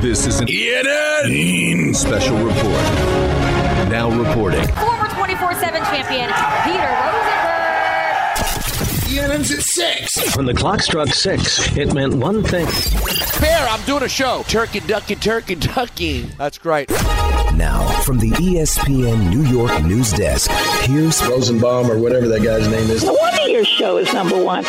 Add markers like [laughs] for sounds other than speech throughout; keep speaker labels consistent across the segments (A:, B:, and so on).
A: This is an Get It special report. Now reporting.
B: Former 24 7 champion, Peter Rosenberg.
C: ENN's E at six.
D: When the clock struck six, it meant one thing.
C: Bear, I'm doing a show. Turkey, ducky, turkey, ducky.
E: That's great.
F: Now, from the E ESPN New York news desk, here's
G: Rosenbaum or whatever that guy's name is.
H: No wonder your show is number one.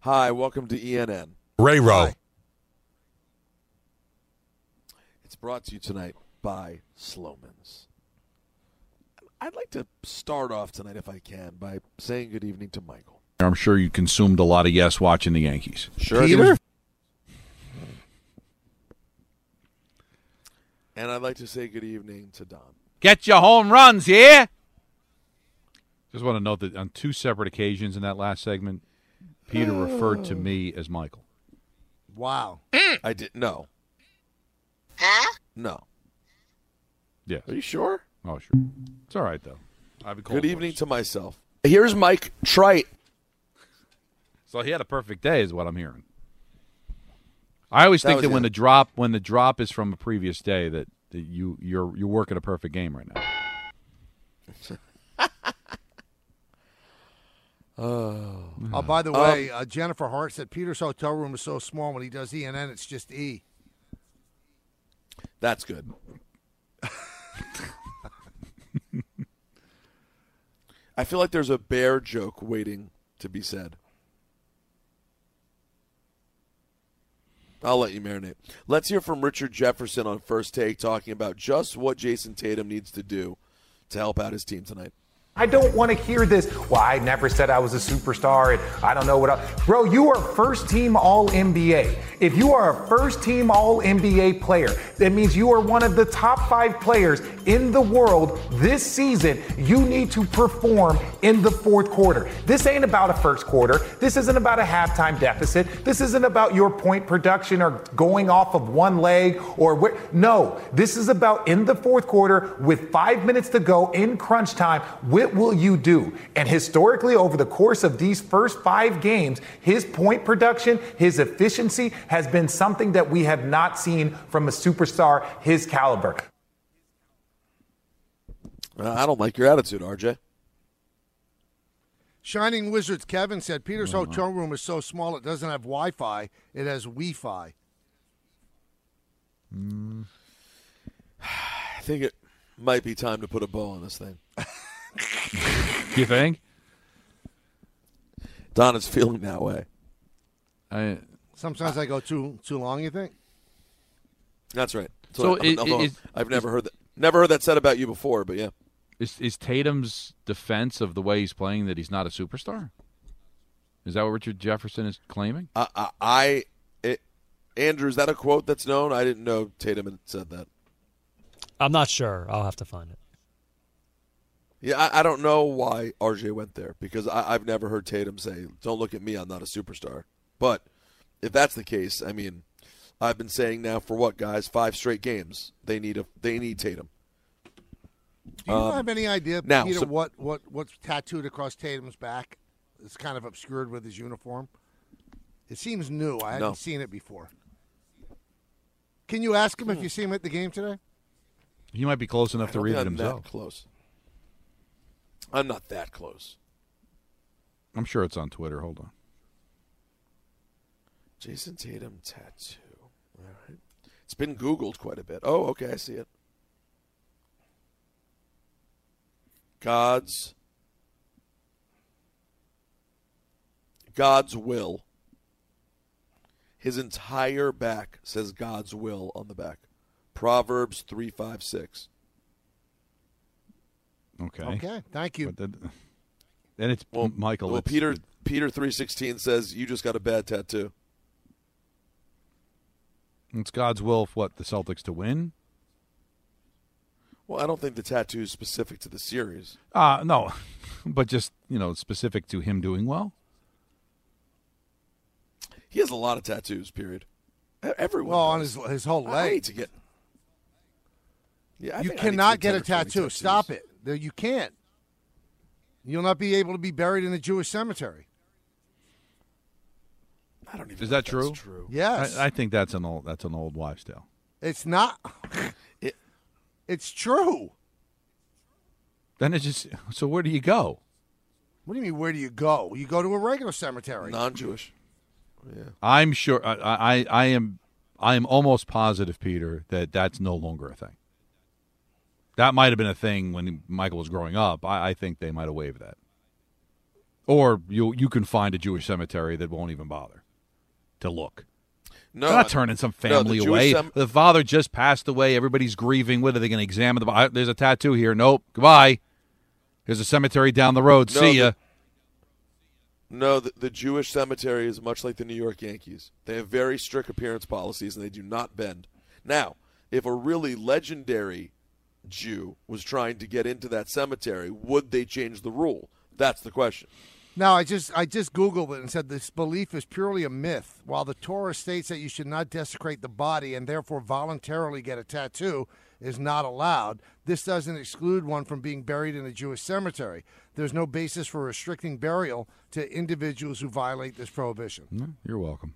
E: Hi, welcome to E ENN.
I: Ray Row.
E: Hi. It's brought to you tonight by Slowman's. I'd like to start off tonight, if I can, by saying good evening to Michael.
I: I'm sure you consumed a lot of yes watching the Yankees.
E: Sure.
C: Peter?
E: And I'd like to say good evening to Don.
I: Get your home runs, yeah? Just want to note that on two separate occasions in that last segment, Peter
E: Oh.
I: referred to me as Michael.
C: Wow.
E: I did no. No.
I: Yes.
E: Are you sure?
I: Oh, sure. It's all right, though. I have a cold
E: Good evening
I: voice.
E: to myself. Here's Mike Trite.
I: So he had a perfect day, is what I'm hearing. I always
E: That
I: think
E: was
I: that
E: it.
I: when the drop when the drop is from a previous day that, that you you're you're working a perfect game right now.
J: Oh, by the way, uh, Jennifer Hart said Peter's hotel room is so small when he does E and N, it's just E.
E: That's good. I feel like there's a bear joke waiting to be said. I'll let you marinate. Let's hear from Richard Jefferson on first take talking about just what Jason Tatum needs to do to help out his team tonight.
K: I don't want to hear this. Well, I never said I was a superstar, and I don't know what. I, bro, you are first team All NBA. If you are a first team All NBA player, that means you are one of the top five players in the world this season. You need to perform in the fourth quarter. This ain't about a first quarter. This isn't about a halftime deficit. This isn't about your point production or going off of one leg or where. No, this is about in the fourth quarter with five minutes to go in crunch time. What will you do? And historically, over the course of these first five games, his point production, his efficiency has been something that we have not seen from a superstar his caliber.
E: Uh, I don't like your attitude, RJ.
J: Shining Wizards Kevin said Peter's hotel room is so small it doesn't have Wi-Fi; it has Wi-Fi.
E: I think it might be time to put a bow on this thing.
I: You think?
E: Don is feeling that way.
I: I,
J: Sometimes I go too too long. You think?
E: That's right. I-
I: So
E: I don't
I: it-
E: know
I: it-
E: if-
I: it-
E: I've never heard that. Never heard that said about you before, but yeah.
I: is is Tatum's defense of the way he's playing that he's not a superstar? Is that what Richard Jefferson is claiming?
E: I, I, I it, Andrew, is that a quote that's known? I didn't know Tatum had said that.
L: I'm not sure. I'll have to find it.
E: Yeah, I, I don't know why RJ went there because I, I've never heard Tatum say, "Don't look at me, I'm not a superstar." But if that's the case, I mean, I've been saying now for what guys five straight games they need a they need Tatum.
J: Do you have any idea,
E: Uh, now,
J: Peter,
E: so-
J: what what what's tattooed across Tatum's back? It's kind of obscured with his uniform. It seems new. I hadn't
E: No.
J: seen it before. Can you ask
E: Hmm.
J: him if you see him at the game today?
I: He might be close enough
E: I
I: to
E: don't
I: read
E: think
I: it
E: I'm
I: himself.
E: That close. I'm not that close.
I: I'm sure it's on Twitter. Hold on.
E: Jason Tatum tattoo. All right. It's been Googled quite a bit. Oh, okay, I see it. God's God's will. His entire back says God's will on the back. Proverbs three five six.
I: Okay.
J: Okay, thank you.
I: But that- then it's well, Michael.
E: Well,
I: it's-
E: Peter Peter three sixteen says you just got a bad tattoo.
I: It's God's will for what the Celtics to win.
E: Well, I don't think the tattoo is specific to the series.
I: Uh no, [laughs] but just you know specific to him doing well.
E: He has a lot of tattoos. Period. E- Everyone.
J: Well, on
E: does.
J: his his whole
E: I
J: leg.
E: need to get. Yeah, I
J: you
E: think I need to
J: cannot get
E: 10 or
J: a
E: 20
J: tattoo.
E: tattoos.
J: Stop it. There, you can't. You'll not be able to be buried in a Jewish cemetery.
E: I don't even.
I: Is that true?
J: Yes.
I: I, I think that's an old that's an old wives' tale.
E: [laughs]
J: It's not. it's true.
I: Then it's just so where do you go?
J: What do you mean? Where do you go? You go to a regular cemetery.
E: Non-Jewish.
I: I'm sure I, I I am I am almost positive, Peter, that that's no longer a thing. That might have been a thing when Michael was growing up. I, I think they might have waived that. Or you you can find a Jewish cemetery that won't even bother to look.
E: No,
I: They're not turning some
E: no, the
I: family
E: Jewish
I: away.
E: cem-
I: the father just passed away. Everybody's grieving. What are they going to examine? The bo- there's a tattoo here. Nope. Goodbye. There's a cemetery down the road.
E: No,
I: See ya.
E: the- No, the, the Jewish cemetery is much like the New York Yankees. They have very strict appearance policies and they do not bend. Now, if a really legendary Jew was trying to get into that cemetery, would they change the rule? That's the question.
J: Now I just I just googled it and said this belief is purely a myth. While the Torah states that you should not desecrate the body and therefore voluntarily get a tattoo is not allowed, this doesn't exclude one from being buried in a Jewish cemetery. There's no basis for restricting burial to individuals who violate this prohibition.
I: You're welcome.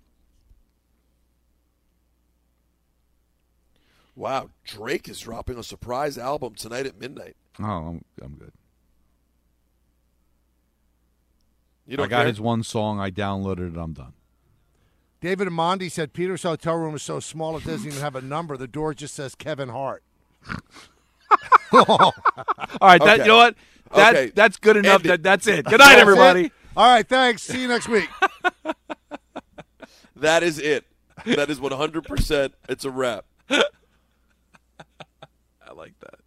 E: Wow, Drake is dropping a surprise album tonight at midnight.
I: Oh, I'm, I'm good.
E: You don't
I: I got
E: care?
I: his one song. I downloaded it. I'm done.
J: David Amandi said Peter's hotel room is so small it doesn't even have a number. The door just says Kevin Hart.
I: All right, that, you know what? That
J: Okay.
I: that's good enough.
J: End
I: That
J: it.
I: that's [laughs] it. Good night,
J: That's
I: everybody.
J: it. All right, thanks. See you
I: [laughs]
J: next week.
E: That is it. That is 100%. It's a wrap.
I: I like that.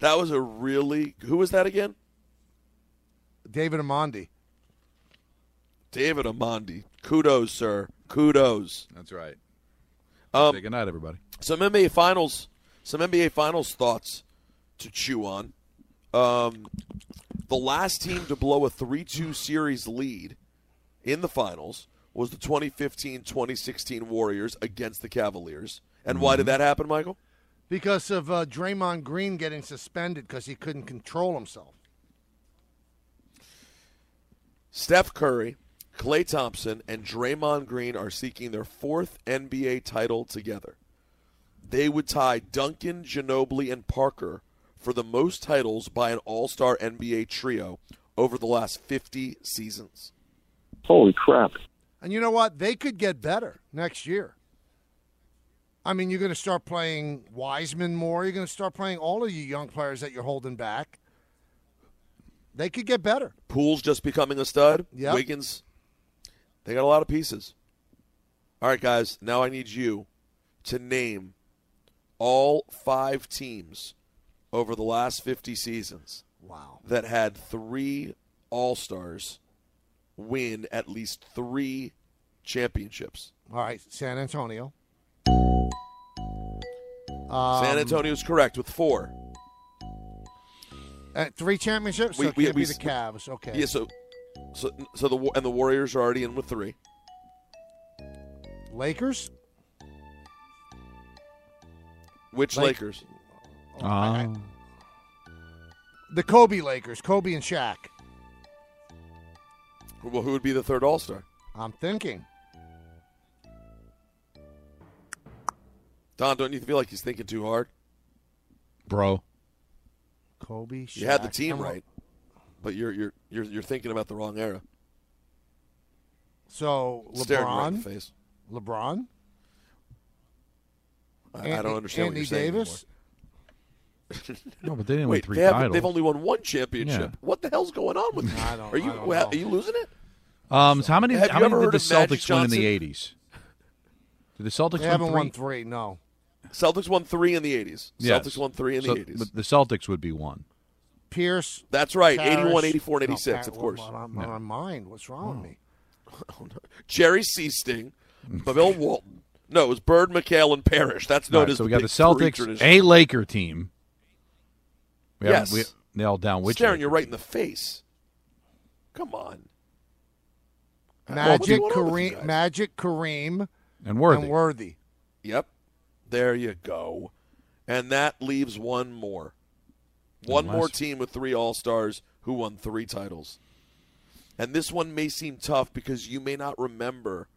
E: That was a really. Who was that again?
J: David Amandi.
E: David Amandi. Kudos, sir. Kudos.
I: That's right.
E: Um,
I: Say good night, everybody.
E: some NBA finals, some NBA finals thoughts to chew on. Um, the last team to blow a 3-2 series lead in the finals was the 2015-2016 Warriors against the Cavaliers. And why
I: Mm-hmm.
E: did that happen, Michael?
J: Because of uh, Draymond Green getting suspended because he couldn't control himself.
E: Steph Curry, Klay Thompson, and Draymond Green are seeking their fourth NBA title together. They would tie Duncan, Ginobili, and Parker for the most titles by an All Star NBA trio over the last 50 seasons.
M: Holy crap.
J: And you know what? They could get better next year. I mean, you're going to start playing Wiseman more. You're going to start playing all of you young players that you're holding back. They could get better.
E: Pools just becoming a stud.
J: Yep.
E: Wiggins. They got a lot of pieces. All right, guys. Now I need you to name all five teams over the last 50 seasons.
J: Wow.
E: That had three All Stars win at least three championships.
J: All right, San Antonio.
E: San
J: Um,
E: Antonio's correct with four.
J: uh, three championships. so it can't be the Cavs. Okay.
E: Yeah. So, so, so the Wa- and the Warriors are already in with three.
J: Lakers.
E: Which
J: Lake-
E: Lakers?
I: Oh, Uh,
J: The Kobe Lakers. Kobe and Shaq.
E: Well, who would be the third All Star?
J: I'm thinking.
E: Don, don't you feel like he's thinking too hard?
I: bro.
J: Kobe.
E: You had the
J: Shaq,
E: team
J: come on.
E: right, but you're you're you're you're thinking about the wrong era.
J: So
E: Staring right in
J: LeBron.
E: the face.
J: LeBron.
E: I, I
J: Anthony-
E: don't understand
J: Anthony
E: what you're saying
J: Davis.
I: No, but they didn't win
E: Wait,
I: three
E: they haven't-
I: titles.
E: they've only won one championship.
I: Yeah.
E: What the hell's going on with you?
J: [laughs] I don't-
E: are you
J: I don't know.
E: are you losing it?
I: Um, so how many?
E: Have
I: how
E: you
I: many
E: ever
I: did
E: heard
I: the
E: of Magic
I: Celtics win in
E: Johnson?
I: the eighties? Did the Celtics
J: They haven't
I: win
J: won
I: three?
J: three. No.
E: Celtics won three in the eighties.
I: Yes.
E: Celtics won three in
I: So-
E: the eighties.
I: But the Celtics would be one.
J: Pierce.
E: That's right.
J: Parrish.
E: 81, 84, and
J: No,
E: 86, of
J: Par-
E: course.
J: well, I'm on mine. What's wrong with me?
E: Jerry Seasting, Bill Walton. No, it was Bird, McHale, and Parrish. That's known
I: All right,
E: as
I: so we
E: the
I: got the
E: big three
I: Celtics,
E: tradition.
I: a Laker team. We haven't-
E: Yes.
I: we nailed down which.
E: Staring
I: Laker.
E: you right in the face. Come on.
J: Magic
E: What's going on with you
J: Kareem, Magic Kareem,
I: And Worthy.
J: and Worthy.
E: Yep. There you go. And that leaves one more. One
I: last-
E: more team with three All Stars who won three titles. And this one may seem tough because you may not remember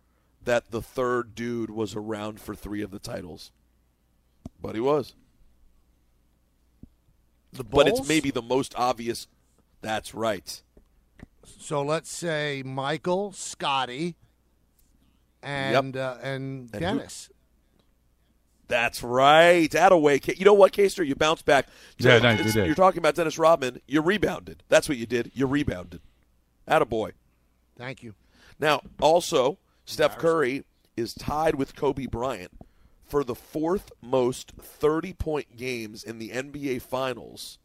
E: that the third dude was around for three of the titles. But he was. but it's
J: Bulls?
E: maybe the most obvious. That's right.
J: So let's say Michael, Scotty, and uh, and
E: who-
J: Dennis.
E: That's right. Attaway. Ca- You know what, Caster? You bounced back.
I: Yeah, no,
E: It's-
I: you did.
E: You're talking about Dennis Rodman. You rebounded. That's what you did. You rebounded. Attaboy.
J: Thank you.
E: Now, also, Steph Curry is tied with Kobe Bryant for the fourth most 30 point games in the NBA Finals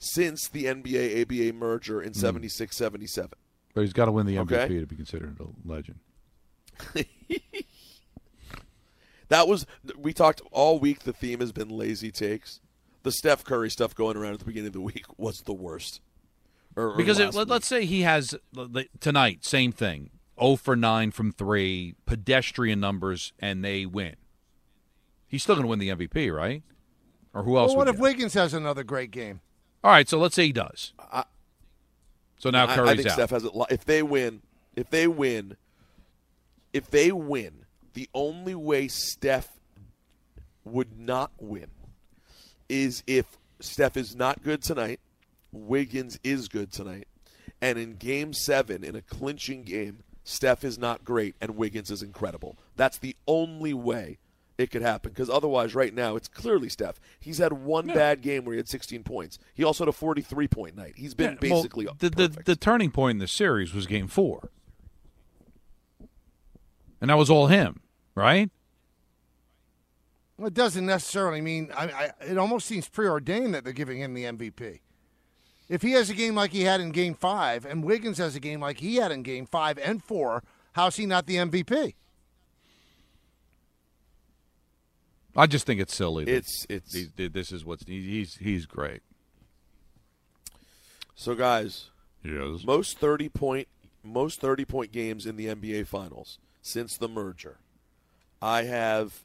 E: since the NBA ABA merger
I: Hmm.
E: in 76 77.
I: But he's got to win the MVP
E: Okay.
I: to be considered a legend.
E: That was we talked all week. The theme has been lazy takes. The Steph Curry stuff going around at the beginning of the week was the worst. Or- or
I: Because it,
E: last
I: let, let's say he has l- l- tonight, same thing, 0 for 9 from 3, pedestrian numbers, and they win. He's still going to win the MVP, right? Or who else?
J: Well, what
I: would
J: if
I: get
J: Wiggins has another great game?
I: it? All right, so let's say he does. so now
E: I-
I: Curry's
E: I, think
I: out.
E: Steph has it. li- If they win, if they win, if they win, the only way Steph would not win is if Steph is not good tonight, Wiggins is good tonight, and in Game Seven, in a clinching game, Steph is not great and Wiggins is incredible. That's the only way it could happen because otherwise, right now, it's clearly Steph. He's had one bad game where he had 16 points. He also had a 43 point night. He's been
I: Yeah, well,
E: basically
I: the, the the turning point in the series was Game Four, and that was all him, right?
J: Well, it doesn't necessarily mean. I, I, it almost seems preordained that they're giving him the MVP. If he has a game like he had in Game Five, and Wiggins has a game like he had in Game Five and Four, how's he not the MVP?
I: I just think it's silly. that
E: It's- it's-
I: he- that this is what's he- he's he's great.
E: So guys,
I: Yes.
E: most 30 point most 30 point games in the NBA finals since the merger. I have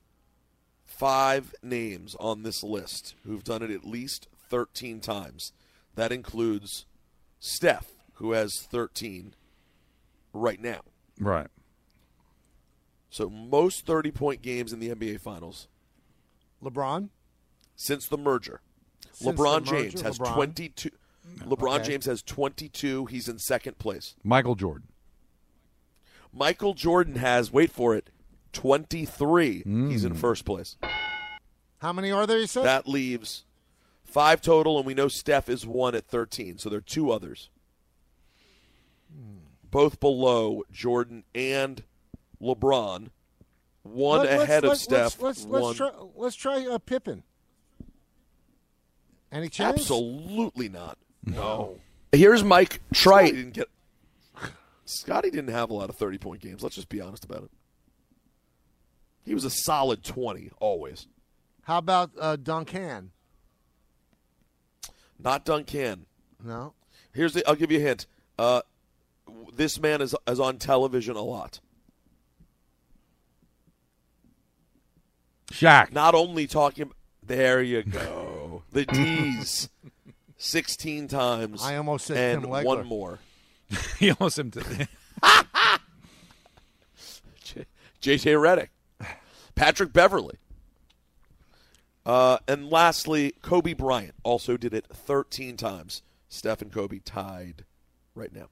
E: five names on this list who've done it at least 13 times. That includes Steph who has 13 right now.
I: Right.
E: So most 30 point games in the NBA finals
J: LeBron.
E: since the merger.
J: Since
E: LeBron
J: the merger,
E: James has
J: LeBron.
E: 22 LeBron
J: Okay.
E: James has 22. He's in second place.
I: Michael Jordan.
E: Michael Jordan has, wait for it, 23. He's in first place.
J: How many are there? You said
E: That leaves five total, and we know Steph is one at 13, so there are two others. Both below Jordan and LeBron. One
J: Let- let's-
E: ahead of
J: let's-
E: Steph.
J: Let's let's,
E: one-
J: let's try let's try uh, Pippen. Any chance?
E: Absolutely not. No. [laughs] Here's Mike Trite. Scotty didn't, get, [laughs] Scotty didn't have a lot of 30 point games. Let's just be honest about it. He was a solid 20 always.
J: How about uh, Duncan?
E: Not Duncan.
J: No.
E: Here's the. I'll give you a hint. Uh, w- this man is is on television a lot.
I: Shaq.
E: Not only talking. There you
J: [laughs]
E: go. the D's. Sixteen times.
J: I almost said
E: and
J: Tim Legler.
E: one more.
I: he almost him to.
E: J- JJ Reddick, Patrick Beverly. Uh, and lastly, Kobe Bryant also did it 13 times. Steph and Kobe tied right now.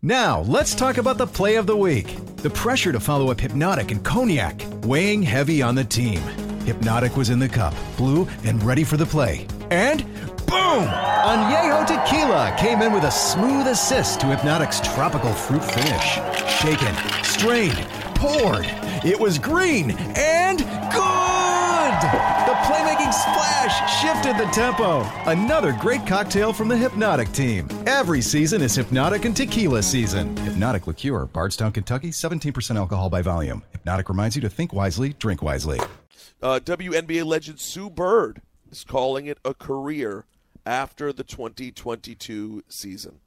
M: Now, let's talk about the play of the week. The pressure to follow up Hypnotic and Cognac, weighing heavy on the team. Hypnotic was in the cup, blue, and ready for the play. And boom! Añejo Tequila came in with a smooth assist to Hypnotic's tropical fruit finish. Shaken, strained, poured. It was green and good! The playmaking splash shifted the tempo. Another great cocktail from the Hypnotic team. Every season is Hypnotic and Tequila season. Hypnotic Liqueur, Bardstown, Kentucky, 17% alcohol by volume. Hypnotic reminds you to think wisely, drink wisely.
E: Uh, WNBA legend Sue Bird is calling it a career after the 2022 season.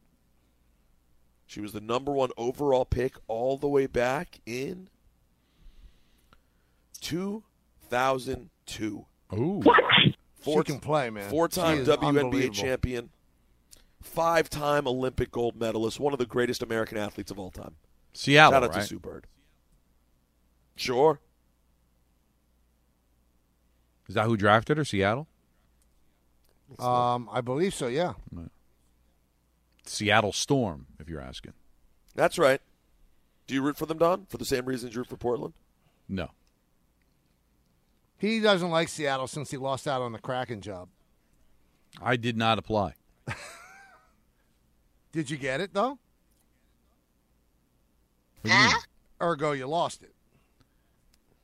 E: She was the number one overall pick all the way back in 2002.
I: Ooh.
J: What? She can play, man. She
E: Four-time
J: is
E: WNBA
J: unbelievable.
E: champion, five-time Olympic gold medalist, one of the greatest American athletes of all time.
I: Seattle,
E: Shout out to
I: right?
E: Sue Bird. Sure.
I: Is that who drafted her? Seattle?
J: Um, I believe so. Yeah.
I: Seattle Storm, if you're asking.
E: That's right. Do you root for them, Don? For the same reasons you root for Portland?
I: No.
J: He doesn't like Seattle since he lost out on the Kraken job.
I: I did not apply.
J: Did you get it though? Ergo, you lost it.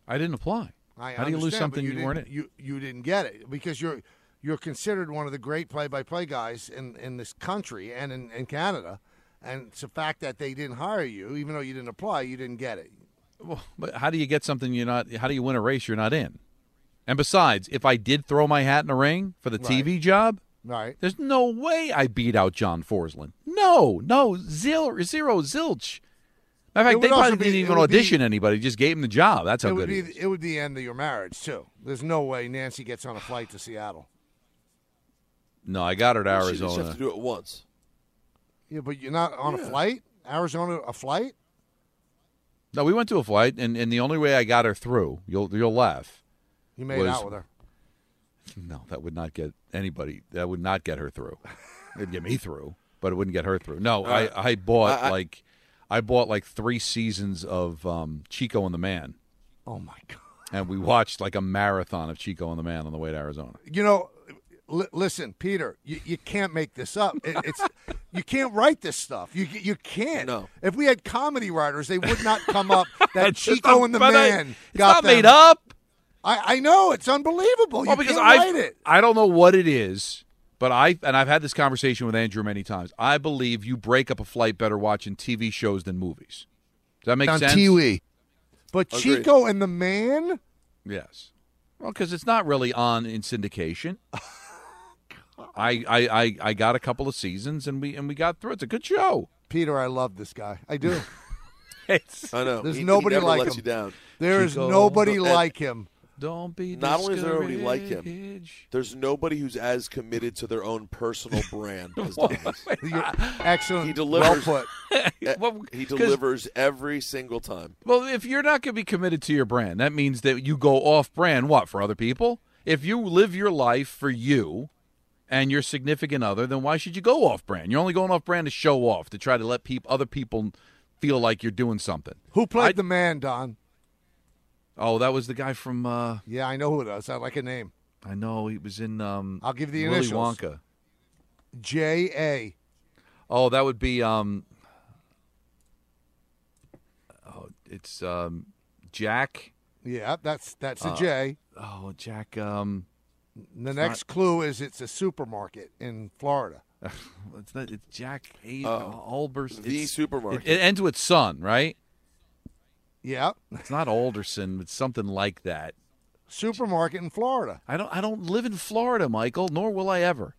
I: I didn't apply.
J: I
I: How do you lose
J: understand, but
I: something you, weren't
J: didn't-
I: in?
J: You you didn't get it because you're you're considered one of the great play-by-play guys in, in this country and in, in Canada, and it's a fact that they didn't hire you, even though you didn't apply, you didn't get it.
I: Well, But how do you get something you're not? How do you win a race you're not in? And besides, if I did throw my hat in a ring for the
J: Right.
I: TV job,
J: right?
I: There's no way I beat out John Forsland. No, no, zil, zero zilch. Matter
J: It
I: of fact,
J: would
I: they
J: also
I: probably
J: be-
I: didn't
J: it
I: even
J: would be-
I: audition anybody; just gave him the job. That's how
J: it
I: good
J: would
I: he
J: be
I: is.
J: it would be the end of your marriage too. There's no way Nancy gets on a flight to Seattle.
I: No, I got her to
E: She just has
I: Arizona.
E: to do it once.
J: Yeah, but you're not on
E: Yeah.
J: a flight, Arizona, a flight.
I: No, we went to a flight, and, and the only way I got her through, you'll you'll laugh.
J: You made
I: was-
J: out with her.
I: No, that would not get anybody. That would not get her through. It'd get me through, but it wouldn't get her through. No,
E: Alright.
J: Uh,
I: I, I bought
E: I- I-
I: like I bought like three seasons of um, Chico and the Man,
J: Oh my god.
I: and we watched like a marathon of Chico and the Man on the way to Arizona.
J: You know, li- listen, Peter, you, you can't make this up. It, it's you can't write this stuff. You you can't. No. If we had comedy writers, they would not
I: [laughs]
J: come up that
I: It's just
J: Chico
I: not-
J: and the
I: but I-
J: Man
I: it's
J: got
I: not
J: them.
I: made up. Oh,
J: I, I know it's unbelievable. you
I: because
J: can't
I: I
J: write it.
I: I don't know what it is, but I and I've had this conversation with Andrew many times. I believe you break up a flight better watching TV shows than movies. Does that make
J: On
I: sense?
J: TV. But
I: Agreed.
J: Chico and the Man.
I: Yes. Well, because it's not really on in syndication.
J: [laughs]
I: I, I I I got a couple of seasons and we and we got through. It's a good show.
J: Peter, I love this guy.
I: [laughs]
J: I do.
E: I know.
J: There's
E: He- he
J: nobody
E: never
J: like
E: lets
J: him.
E: you down.
J: There is
E: Chico.
J: nobody
E: And
J: like him.
I: Don't be
E: Not only is there nobody like him, there's nobody who's as committed to their own
I: [laughs]
E: personal brand as Don is.
J: Excellent.
E: He delivers.
J: Well
E: eh, he delivers every single time.
I: Well, if you're not going to be committed to your brand, that means that you go off brand what for other people? If you live your life for you and your significant other, then why should you go off brand? You're only going off brand to show off, to try to let peop- other people feel like you're doing something.
J: Who played the man, Don?
I: Oh, that was the guy from uh
J: Yeah, I know who it is. I like a name.
I: I know he was in um
J: I'll give the
I: Willy
J: initials.
I: Wonka.
J: J A.
I: Oh, that would be um Oh, it's um Jack
J: Yeah, that's that's a
I: Uh,
J: J.
I: Oh, Jack um
J: The
I: it's
J: next
I: not-
J: clue is it's a supermarket in Florida.
I: it's, not, it's Jack A.
J: Oh,
I: Albers.
J: the
I: it's-
J: supermarket.
I: It, it ends with son, right?
J: Yeah. [laughs]
I: It's not Alderson. It's something like that.
J: Supermarket in Florida.
I: I don't. I don't live in Florida, Michael. Nor will I ever.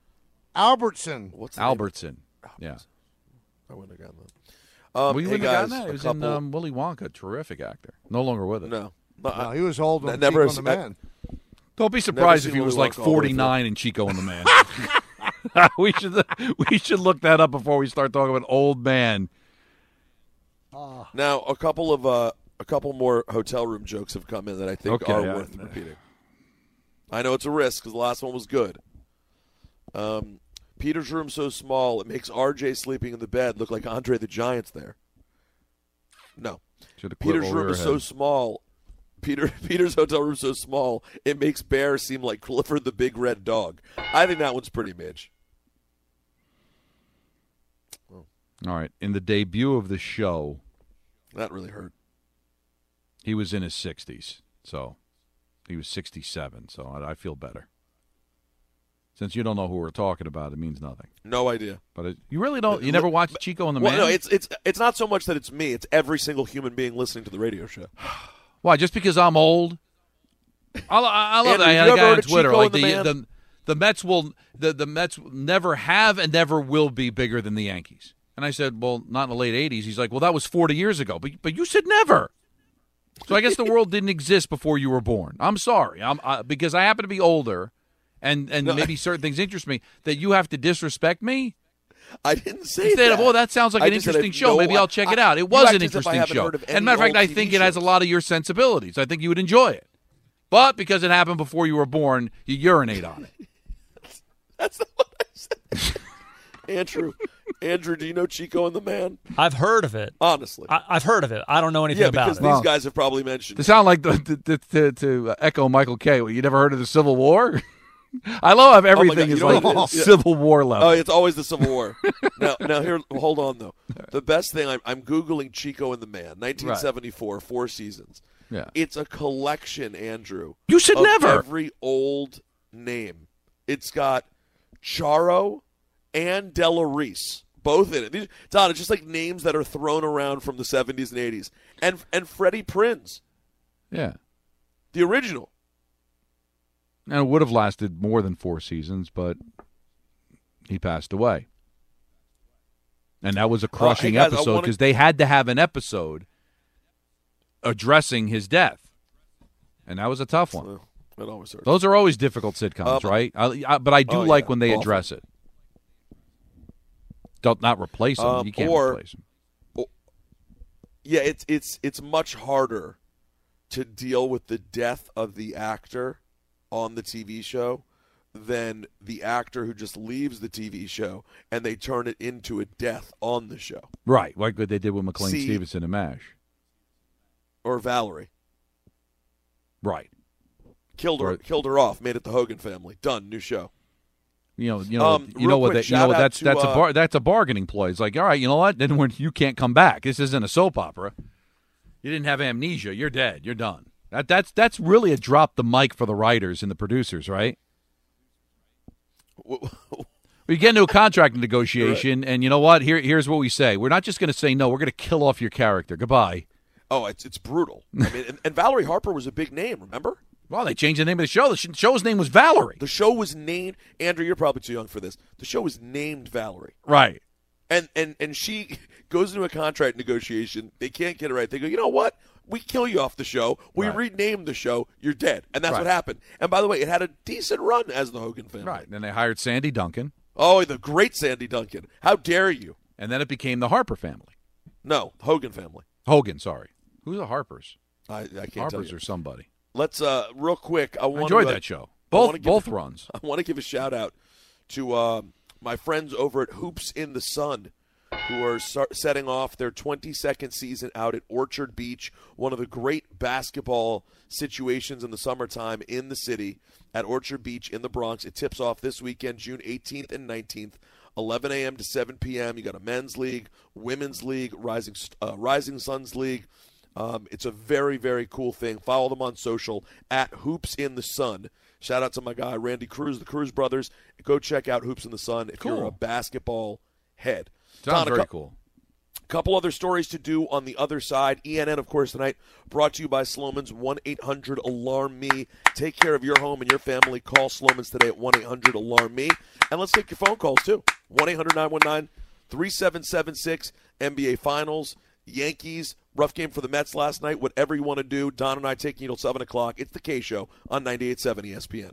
J: Albertson.
E: What's
I: Albertson. Yeah.
E: I wouldn't have gotten that.
I: Well,
E: Um,
I: you
E: hey
I: wouldn't have gotten
E: guys,
I: that.
E: a
I: He was in
E: couple-
I: um, Willy Wonka. Terrific actor. No longer with us.
E: No.
J: No, he was old
E: I
J: on
E: never
J: never
E: s-
J: on the
E: I-
J: man.
I: Don't be
E: Never
I: surprised
E: seen
I: if he was
E: Willy
I: like
E: Wonka all the way through.
I: 49 and Chico and the Man. [laughs] we should we should look that up before we start talking about old man.
E: Now, a couple of uh, a couple more hotel room jokes have come in that I think
I: Okay,
E: are
I: I-
E: worth repeating. I know it's a risk because the last one was good. Um, Peter's room so small it makes RJ sleeping in the bed look like Andre the Giant's there. No,
I: Should've quit
E: Peter's
I: while we
E: room
I: were
E: is so
I: ahead.
E: small. Peter [laughs] Peter's hotel room so small it makes Bear seem like Clifford the Big Red Dog. I think that one's pretty Midge.
I: All right. In the debut of the show,
E: That really hurt.
I: he was in his 60s, so He was 67, so I, I feel better. Since you don't know who we're talking about, it means nothing.
E: No idea.
I: But it, you really don't. You never watched Chico and the
E: well,
I: Man?
E: No, it's it's it's not so much that it's me; it's every single human being listening to the radio show.
I: Why? Just because I'm old? I, I I love
E: Andrew,
I: that. I had
E: you ever
I: a guy
E: heard
I: on
E: of
I: Twitter
E: Chico
I: like
E: and
I: the
E: the
I: the,
E: Man?
I: the Mets will the the Mets never have and never will be bigger than the Yankees. And I said, well, not in the late '80s. He's like, well, that was 40 years ago. But but you said never. So I guess the world didn't exist before you were born. I'm sorry. I'm uh, because I happen to be older, and and maybe certain things interest me that you have to disrespect me.
E: I didn't say
I: Instead of
E: that.
I: oh, that sounds like
E: I
I: an
E: just said
I: interesting
E: I've
I: show.
E: no-
I: Maybe I'll check it
E: I-
I: out. It
E: you
I: was
E: act
I: an
E: as if I
I: interesting
E: haven't
I: show.
E: heard of
I: and
E: any
I: matter of
E: old
I: fact, I
E: TV
I: think it has
E: [laughs]
I: a lot of your sensibilities. I think you would enjoy it. But because it happened before you were born, you urinate on
L: [laughs]
I: it.
E: Andrew, Andrew, do you know Chico and the Man?
L: I've heard of it.
E: Honestly,
L: I, I've heard of it. I don't know anything
E: yeah,
L: about
E: because
L: it.
E: these guys have probably mentioned.
I: They sound like the, the, the, to, to uh, echo Michael K. What, you never heard of the Civil War? [laughs]
E: Oh
I: I love how
E: my God,
I: everything
E: you
I: is
E: know what
I: like
E: it is? Yeah.
I: Civil War level.
E: Oh, it's always the Civil
I: [laughs]
E: War. now, now here, hold on though. The best thing I'm, I'm googling Chico and the Man, 1974, four seasons.
I: Yeah.
E: it's a collection, Andrew.
I: You should
E: of
I: never.
E: every old name. It's got Charo and Della Reese both in it. These, Don, it's just like names that are thrown around from the 70s and 80s, and and Freddie Prinz,
I: Yeah.
E: the original.
I: And it would have lasted more than four seasons, but he passed away. And that was a crushing
E: guys, I
I: episode
E: wanna-
I: because they had to have an episode addressing his death. And that was a tough one.
E: It always hurts.
I: Those are always difficult sitcoms,
E: Um,
I: right? I, I, but I do
E: oh,
I: like
E: yeah,
I: when they
E: awful.
I: address it. Don't not replace them.
E: Um,
I: you can't
E: or-
I: replace them.
E: yeah, it's it's it's much harder to deal with the death of the actor on the TV show than the actor who just leaves the TV show and they turn it into a death on the show
I: Right, like what they did with McLean
E: See-
I: Stevenson and MASH.
E: or Valerie
I: Right.
E: killed her
I: Right.
E: killed her off made it the Hogan family done new show
I: You know, you know,
E: Um,
I: you know
E: real
I: what?
E: quick,
I: That, you know
E: shout
I: what
E: out
I: that's
E: to,
I: that's a
E: uh,
I: bar, that's a bargaining ploy. It's like, all right, you know what? Then when you can't come back, this isn't a soap opera. You didn't have amnesia. You're dead. You're done. That that's that's really a drop the mic for the writers and the producers,
E: [laughs]
I: right? We get into a contract negotiation, and you know what? Here here's what we say: We're not just going to say no. We're going to kill off your character. Goodbye.
E: oh it's it's brutal I mean and, and Valerie Harper was a big name remember
I: Well, they changed the name of the show. The sh- show's name was Valerie.
E: the show was named Andrew you're probably too young for this the show was named Valerie
I: Right.
E: and and and she [laughs] goes into a contract negotiation. They can't get it right. They go, you know what? We kill you off the show. We rename the show. You're dead, and that's
I: Right.
E: what happened. And by the way, it had a decent run as the Hogan family.
I: Right. Then they hired Sandy Duncan,
E: Oh, the great Sandy Duncan. How dare you?
I: and then it became the Harper family.
E: No, Hogan family.
I: Hogan, sorry. Who's the Harpers?
E: I, I can't tell
I: Harpers
E: you.
I: or somebody.
E: Let's uh, real quick. I,
I: I
E: want
I: enjoyed
E: to, uh,
I: that show.
E: I wanna
I: Both
E: give-
I: both runs.
E: I want to give a [laughs] shout out to uh, my friends over at Hoops in the Sun, who are sar- setting off their 22nd season out at Orchard Beach, one of the great basketball situations in the summertime in the city at Orchard Beach in the Bronx. It tips off this weekend, June 18th and 19th. 11 a.m. to 7 p.m. You got a men's league, women's league, rising St- uh, rising suns league. Um, it's a very, very cool thing. Follow them on social at Hoops in the Sun. Shout out to my guy Randy Cruz, the Cruz brothers. Go check out Hoops in the Sun if you're
I: Cool.
E: a basketball head.
I: Sounds
E: Don, a
I: very
E: cou-
I: cool.
E: Couple other stories to do on the other side. ENN, of course, tonight brought to you by Sloman's 1 800 Alarm Me. Take care of your home and your family. Call Sloman's today at 1 800 Alarm Me. And let's take your phone calls too 1 800 919 3776. NBA Finals, Yankees, rough game for the Mets last night. Whatever you want to do, Don and I taking you till 7 o'clock. It's the K Show on 98.7 ESPN.